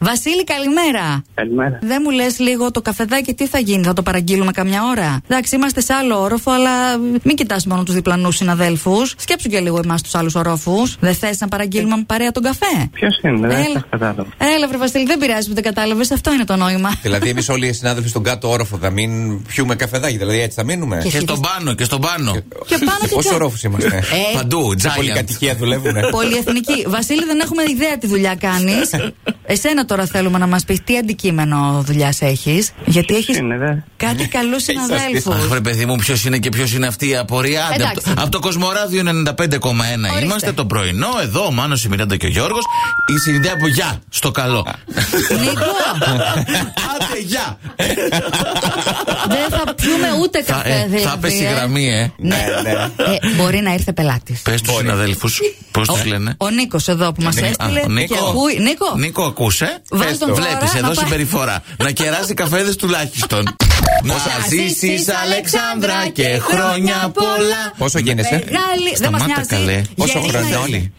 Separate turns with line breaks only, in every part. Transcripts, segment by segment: Βασίλη, καλημέρα.
Καλημέρα.
Δεν μου λες λίγο το καφεδάκι τι θα γίνει, θα το παραγγείλουμε καμιά ώρα. Εντάξει, είμαστε σε άλλο όροφο, αλλά μην κοιτάς μόνο τους διπλανούς συναδέλφους. Σκέψου και λίγο εμάς τους άλλους ορόφους. Δεν θες να παραγγείλουμε με παρέα τον καφέ.
Ποιος είναι, δεν σας Ναι, κατάλαβα.
Έλα, βρε Βασίλη, δεν πειράζει που δεν κατάλαβες. Αυτό είναι το νόημα.
δηλαδή, εμείς όλοι οι συνάδελφοι στον κάτω όροφο θα μην πιούμε καφεδάκι, δηλαδή έτσι θα μείνουμε.
Και Ε,
Και στον πάνω, και στον πάνω.
Και πάνω και
Πόσο
κάτω.
όροφου είμαστε.
Ε,
Παντού,
Σε
giant.
πολυκατοικία δουλεύουν.
Πολυεθνική. Βασίλη, δεν έχουμε ιδέα τι δουλειά κάνεις. Εσένα τώρα θέλουμε να μας πεις τι αντικείμενο δουλειάς έχεις. Γιατί έχεις
είναι, δε.
κάτι καλού συναδέλφου.
Αχ, ρε παιδί μου, ποιος είναι και ποιος είναι αυτή η απορία. Άντε,
Εντάξει.
από το, από το Κοσμοράδιο 95,1 είμαστε το πρωινό. Εδώ ο Μάνος, η Μιράντα και ο Γιώργος. Η συνδέα που γεια στο καλό.
Νίκο,
Άντε, γεια!
δεν θα πιούμε ούτε
Θα,
καφέ.
ε, θα
δηλαδή,
πέσει η
ε.
γραμμή, ε.
ναι, ναι.
Ε, μπορεί να ήρθε πελάτης.
Πες τους συναδέλφους, πώς τους λένε.
Ο Νίκος εδώ που μας έστειλε.
Ναι, Α, ο
και ακούει. Νίκο,
Νίκο, ακούσε.
Βάζ τον τώρα
Βλέπεις
να
εδώ
πάει.
συμπεριφορά. να κεράσει καφέδες τουλάχιστον. Να ζήσει, Αλεξάνδρα, και χρόνια πολλά.
Πόσο γίνεσαι.
Μεγάλη. Δεν μα
Σταμάτα,
νοιάζει.
καλέ.
Πόσο
Γεννήμα
χρόνο
είσαι.
όλοι.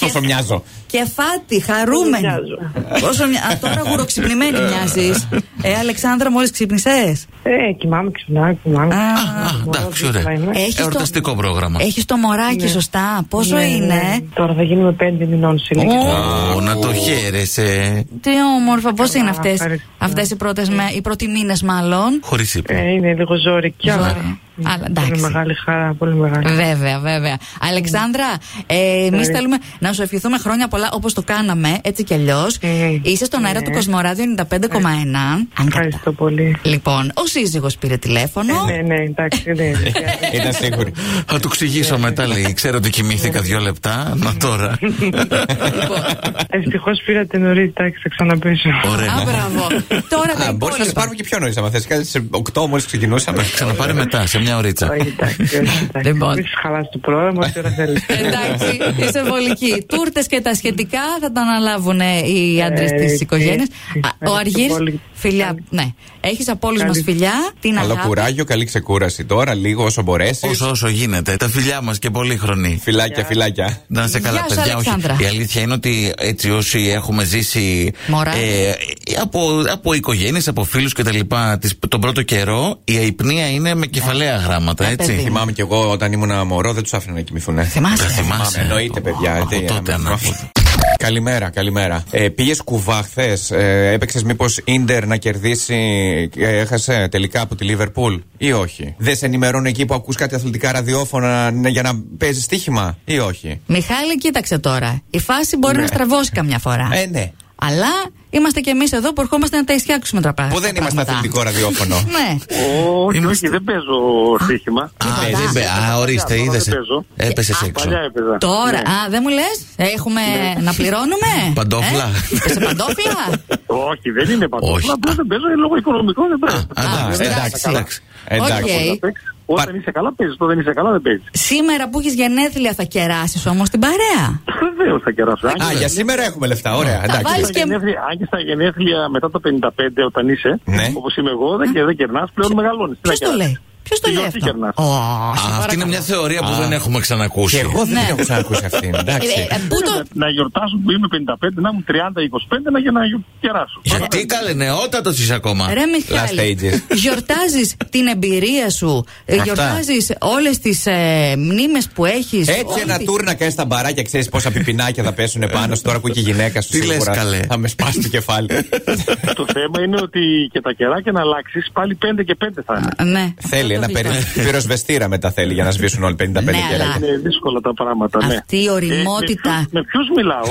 Πόσο μοιάζω.
Κεφάτη, χαρούμενη.
Μοιάζω.
Όσο μια... Α, τώρα γουροξυπνημένη μοιάζεις. Ε, Αλεξάνδρα, μόλις ξύπνησες.
Ε, κοιμάμαι, ξυπνάω, κοιμάμαι.
Α,
Α, εντάξει, ωραία.
Ε,
Έχεις το-
Εορταστικό πρόγραμμα.
Έχεις το μωράκι, σωστά. Πόσο
ναι, ναι.
είναι.
Τώρα θα γίνουμε πέντε μηνών σε λίγο.
Ω, να το χαίρεσαι.
Τι όμορφα, πώ είναι αυτές
ευχαριστώ.
αυτές οι πρώτες οι πρώτοι μήνες, μάλλον.
Χωρίς ύπνο.
Ε, είναι λίγο ζώρικη, αλλά.
Ζώρη. Αλλά εντάξει. Ε,
Πολύ Ναι. μεγάλη χαρά, πολύ μεγάλη.
Βέβαια, βέβαια. Αλεξάνδρα, ε, εμείς
Ευχαριστώ.
θέλουμε να σου ευχηθούμε χρόνια πολλά όπως το κάναμε, έτσι κι αλλιώς.
Ε,
Είσαι στον αέρα
ναι.
του Κοσμοράδιο 95,1. Αν κατά.
Ευχαριστώ πολύ.
Λοιπόν, ο σύζυγος πήρε τηλέφωνο.
Ναι, ναι, εντάξει, ναι.
Ήταν σίγουρη.
Ε, Θα του ξηγήσω μετά, λέει. Ξέρω ότι κοιμήθηκα δύο λεπτά. Να τώρα.
Λοιπόν.
Ευτυχώς πήρατε νωρί, εντάξει, θα ξαναπέσω.
Α,
Ωραία.
μπράβο. Τώρα τα
Μπορείς να σε
υπόλοιπα.
πάρουμε και πιο νωρίς, άμα θες. Κάτι σε 8 μόλις ξεκινούσαμε.
Ε, Ξαναπάρε μετά, σε μια ωρίτσα.
Όχι, εντάξει, όχι, εντάξει.
Λοιπόν.
Μην χαλάσει το πρόγραμμα, ό,τι ώρα θέλεις.
Εντάξει, είσαι βολική. Τούρτες και τα σχετικά θα τα αναλάβουν ε, οι άντρες
Ε,
της
τι,
οικογένεια.
τι,
Ο
ευχαριστώ
Αργύρης
πολύ.
φιλιά. Ναι, έχεις από όλους μας
Ευχαριστώ.
φιλιά. Την
Καλό
αγάπη.
κουράγιο, καλή ξεκούραση τώρα, λίγο όσο μπορέσεις.
Όσο όσο γίνεται. Τα φιλιά μας και πολύχρονοι.
Φιλάκια, φιλάκια.
Να είσαι καλά,
Γεια σου,
παιδιά. Όχι.
Αλεξάνδρα.
Η αλήθεια είναι ότι έτσι όσοι έχουμε ζήσει
Μωρά.
ε, από, από οικογένειες, από φίλους κτλ. τις- τον πρώτο καιρό, η αϊπνία είναι με κεφαλαία γράμματα,
Ε, παιδί
έτσι.
μου.
Θυμάμαι κι εγώ όταν ήμουν μωρό, δεν τους άφηνα να κοιμηθούν.
Τα
Θυμάσαι.
θυμάσαι.
εννοείται, παιδιά.
Από
τι,
τότε
άμα-
ανάποδα.
Καλημέρα, καλημέρα. Ε, Πήγες κουβά χθες. Ε, Έπαιξες μήπως ντερ να κερδίσει. ε, Έχασε τελικά από τη Λίβερπουλ ή όχι. Δεν σε ενημερώνουν εκεί που ακούς κάτι αθλητικά ραδιόφωνα ναι, για να παίζεις στοίχημα ή όχι.
Μιχάλη, κοίταξε τώρα. Η φάση μπορεί να στραβώσει καμιά φορά.
Ναι. Ε, ναι.
Αλλά είμαστε κι εμείς εδώ που ερχόμαστε να τα ισιάξουμε τα πράγματα.
Που δεν είμαστε αθλητικό ραδιόφωνο.
Ναι.
Όχι,
Είμαστε-
όχι, δεν παίζω στοίχημα.
Α,
παίζεις.
δεν παί- Α, ορίστε,
Τώρα δεν
είδε.
παίζω.
Ε,
Έπεσε έξω.
Παλιά έπαιζα.
Τώρα,
Ναι.
α, δεν μου λες, έχουμε
Ναι.
να πληρώνουμε.
Παντόφλα.
Ε, σε παντόφλα.
Όχι, δεν είναι παντού.
Όχι.
Απλά δεν παίζω ε, λόγω οικονομικών. Δεν παίζω.
Α,
εντάξει.
Εντάξει, εντάξει.
Εντάξει.
Οκ.
Να παίξεις. Όταν είσαι καλά, παίζεις. Όταν δεν είσαι καλά, δεν παίζεις.
Σήμερα που έχεις γενέθλια θα κεράσεις όμως την παρέα.
Βεβαίως θα κεράσω. Αν
Α,
και
για σήμερα έχουμε λεφτά. Ωραία, εντάξει.
βάλεις-
στα γενέθλια- Αν και στα γενέθλια μετά τα 55, όταν είσαι,
Ναι.
όπως είμαι εγώ, δεν, και δεν κερνάς, πλέον μεγαλώνει.
Ποιος το λέει. Ποιος το
Τι
λέει
γιορτή
αυτό.
κερνάς?
Ω, σε
Α, Αυτή
παρακαλώ.
είναι μια θεωρία που δεν έχουμε
Και
ξανακούσει.
εγώ δεν
Ναι.
την έχω ξανακούσει αυτήν.
Ε,
Εντάξει.
ε, Πού το.
Να γιορτάσουν που είμαι 55, να ήμουν 30-25, να για να γιορ- κεράσω.
Γιατί καλέ νεότατος είσαι ακόμα.
Ρε Μιχάλη,
Last ages.
γιορτάζεις την εμπειρία σου, ε,
Αυτά.
γιορτάζεις όλες τις ε, μνήμες που έχεις.
Έτσι
όλη
ένα
τη-
τουρ να κάνεις τα μπαράκια, ξέρεις πόσα πιπινάκια θα πέσουν πάνω σου τώρα που και η γυναίκα σου.
Τι λες,
σίγουρα
καλέ.
Θα με σπάσει το κεφάλι.
Το θέμα είναι ότι και τα κεράκια να αλλάξεις, πάλι 5 και 5 θα είναι.
Ναι.
Θέλει
Αυτό
ένα
το βρήκα.
περι- πυροσβεστήρα μετά θέλει για να σβήσουν όλοι 55
Ναι,
κεράκια.
αλλά-
Είναι δύσκολα τα πράγματα, ναι.
Αυτή η οριμότητα.
Ε, με ποιους- με ποιους μιλάω,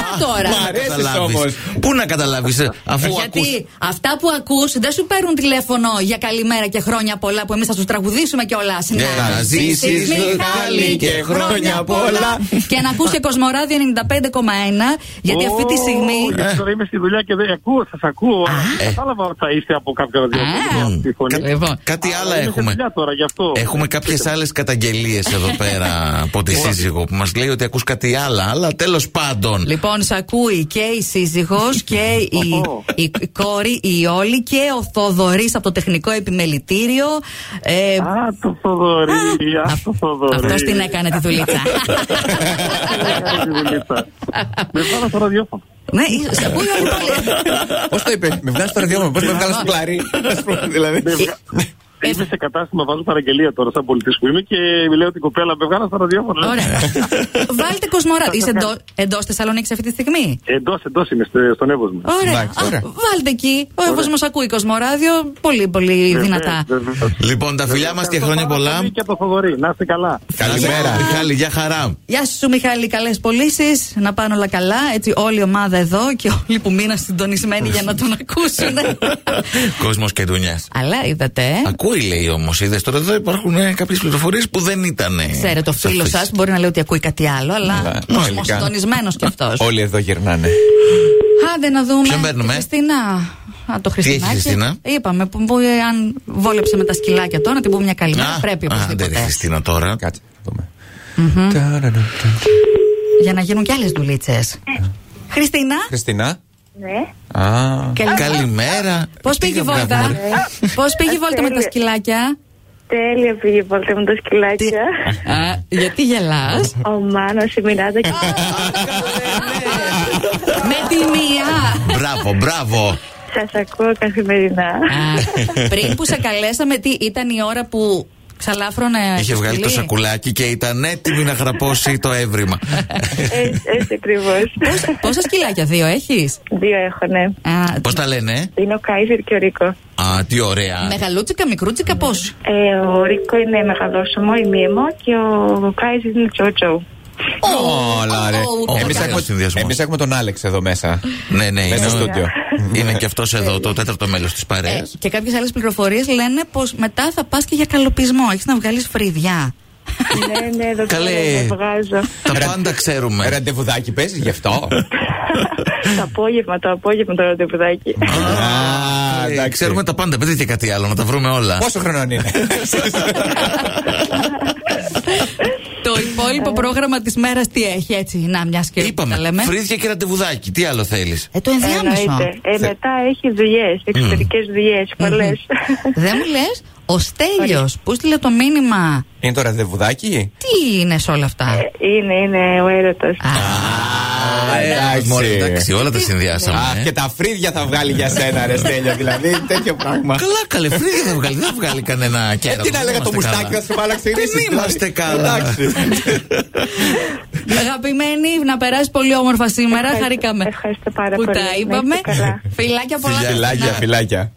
Έλα τώρα.
Μ' αρέσει
Καταλάβεις.
όμως.
Πού να καταλάβεις, αφού
Ε, Γιατί
ακούς-
αυτά που ακούς δεν σου παίρνουν τηλέφωνο για καλημέρα και χρόνια πολλά που εμείς θα τους τραγουδήσουμε κιόλας.
Για Ναι, να ζήσεις, Μιχάλη, και χρόνια πολλά.
Και να ακούς και Κοσμοράδιο 95,1 γιατί αυτή τη στιγμή.
Ω, γιατί Τώρα είμαι στη δουλειά και δεν ακούω, σας ακούω. Κατάλαβα ότι θα είστε από κάποιο ραδιόφωνο.
Α.
αυτή η φωνή.
Λοιπόν,
Κάτι
Αλλά
άλλα
είμαι στη
έχουμε,
δουλειά τώρα γι' αυτό.
έχουμε κάποιες άλλες καταγγελίες εδώ πέρα από τη σύζυγο που μας λέει ότι ακούς κάτι άλλο. Αλλά τέλος πάντων.
Λοιπόν, σ' ακούει και η σύζυγος και η, η, κόρη, η Όλη και ο Θοδωρής από το τεχνικό επιμελητήριο. Ε,
Α, το Θοδωρή, α, το Θοδωρή.
αυτός την έκανε τη δουλίτσα.
Έκανε τη δουλίτσα. Με βάλα στο ραδιόφωνο.
ναι, σε ακούει όλη πολύ.
Πώς το είπε, με βγάζει στο ραδιόφωνο, πώς με βγάζει στο πλαρί. δηλαδή.
Με βγα- Είμαι σε κατάστημα, βάζω παραγγελία τώρα σαν πολιτής που είμαι και λέω την κοπέλα με βγάλα στο ραδιόφωνο.
Ωραία. Βάλτε κοσμοράδιο. Είσαι εντό εντός Θεσσαλονίκης αυτή τη στιγμή.
Εντός, εντός είμαι στο- στον Εύωσμο.
Ωραία.
Εντάξει, ωραία.
Α, Βάλτε εκεί. Ο Εύωσμος ακούει κοσμοράδιο πολύ, πολύ δυνατά.
Ε, βεβαίως.
Λοιπόν, τα φιλιά μας και χρόνια πολλά.
Και από το Θοδωρή, να είστε καλά.
Καλημέρα. Μιχάλη, για χαρά.
Γεια σου, Μιχάλη. Καλές πωλήσεις. Να πάνε όλα καλά. Έτσι, όλη η ομάδα εδώ και όλοι που μείναν συντονισμένοι για να τον ακούσουν.
Κόσμος και δουλειά.
Αλλά είδατε. ε.
Ακούει, λέει όμως. Είδες τώρα εδώ υπάρχουν κάποιες πληροφορίες που δεν ήταν.
Ξέρετε, ο φίλο σας μπορεί να λέει ότι ακούει κάτι άλλο, αλλά
Ναι,
ο
τελικά.
συντονισμένος κι αυτός.
Όλοι εδώ γυρνάνε.
Άντε να δούμε.
Ποιον παίρνουμε?
τη Χριστίνα. Α, το
έχει η
Χριστίνακι.
Χριστίνα?
Είπαμε, που, που, ε, αν βόλεψε με τα σκυλάκια τώρα, να την πούμε μια καλή μέρα. Πρέπει
Άντε, ρε,
οπωσδήποτε.
Χριστίνα τώρα.
Κάτσε, να δούμε. Ταραραρα.
Για να γίνουν κι άλλε δουλίτσε. Χριστίνα,
Χριστίνα.
Ναι.
Α,
Καλημέρα.
πώς πήγε η βόλτα. Πώς πήγε η βόλτα με τα
Τέλεια.
σκυλάκια.
Τέλεια πήγε η βόλτα με τα σκυλάκια.
Α, γιατί γελάς.
Ο Μάνος, η Μιράντα και...
με τη μία.
Μπράβο, μπράβο.
Σας ακούω καθημερινά.
Α, Πριν που σε καλέσαμε, τι ήταν η ώρα που ξαλάφρωνε.
Είχε βγάλει το σακουλάκι και ήταν έτοιμη να γραπώσει το έβριμα.
Ε,
Έτσι- Έτσι ακριβώς.
Πόσα σκυλάκια, δύο έχεις.
Δύο έχω, ναι.
Πώς τα λένε, ε?
Είναι ο Κάιζερ και ο Ρίκο.
Α, τι ωραία.
Μεγαλούτσικα, μικρούτσικα, πώς.
Ε, ο Ρίκο είναι μεγαλόσωμο, η Μίμο και ο Κάιζερ είναι Τζότζο.
Όλα ρε.
Ω,
Εμείς
ωραίος
έχουμε,
συνδυασμός.
εμείς έχουμε τον Άλεξ εδώ μέσα.
Ναι, ναι,
Μέσα
είναι,
στο
ο-
στούντιο.
είναι και αυτός εδώ, το τέταρτο μέλος της παρέας.
Ε, Και κάποιες άλλες πληροφορίες λένε πως μετά θα πας και για καλοπισμό. Έχεις να βγάλεις φρυδιά.
Ναι, ναι, εδώ πέρα
Καλέ.
τα βγάζω.
Τα πάντα ξέρουμε.
Ραντεβουδάκι παίζεις γι' αυτό.
Το απόγευμα, το απόγευμα το ραντεβουδάκι.
Ε,
Α,
Ε,
εντάξει.
Ξέρουμε τα πάντα. Πείτε και κάτι άλλο, να τα βρούμε όλα.
Πόσο χρονών είναι.
το υπόλοιπο πρόγραμμα της μέρας τι έχει, έτσι. Να, μιας και τα
Είπαμε.
λέμε.
Φρύδια και ραντεβουδάκι. Τι άλλο θέλεις.
Ε, το ενδιάμεσο.
Εννοείται. Ε, μετά έχει δουλειές, εξωτερικές δουλειές, πολλές.
Δεν μου λες, ο Στέλιος που στείλε το μήνυμα.
Είναι το ραντεβουδάκι.
Τι είναι σε όλα αυτά.
Ε, Είναι, είναι ο έρωτας.
Α,
Α, Ε, εντάξει.
Ε, Μωρέ, εντάξει, όλα τα συνδυάσαμε.
Αχ,
ε.
και τα φρύδια θα βγάλει για σένα, ρε Στέλιο. Δηλαδή, τέτοιο πράγμα.
Καλά, καλέ, φρύδια θα βγάλει. Δεν βγάλει κανένα κέρατο.
Ε, Τι να έλεγα το μουστάκι, θα σου πάλα ξεκινήσει. δηλαδή.
Δεν είμαστε καλά.
Αγαπημένη, να περάσει πολύ όμορφα σήμερα.
Ευχαριστώ-
Χαρήκαμε.
ευχαριστώ πάρα
που
πολύ.
τα
Να είστε
είπαμε.
καλά.
Φιλάκια πολλά.
Φιλιά.
Φιλάκια, φιλάκια.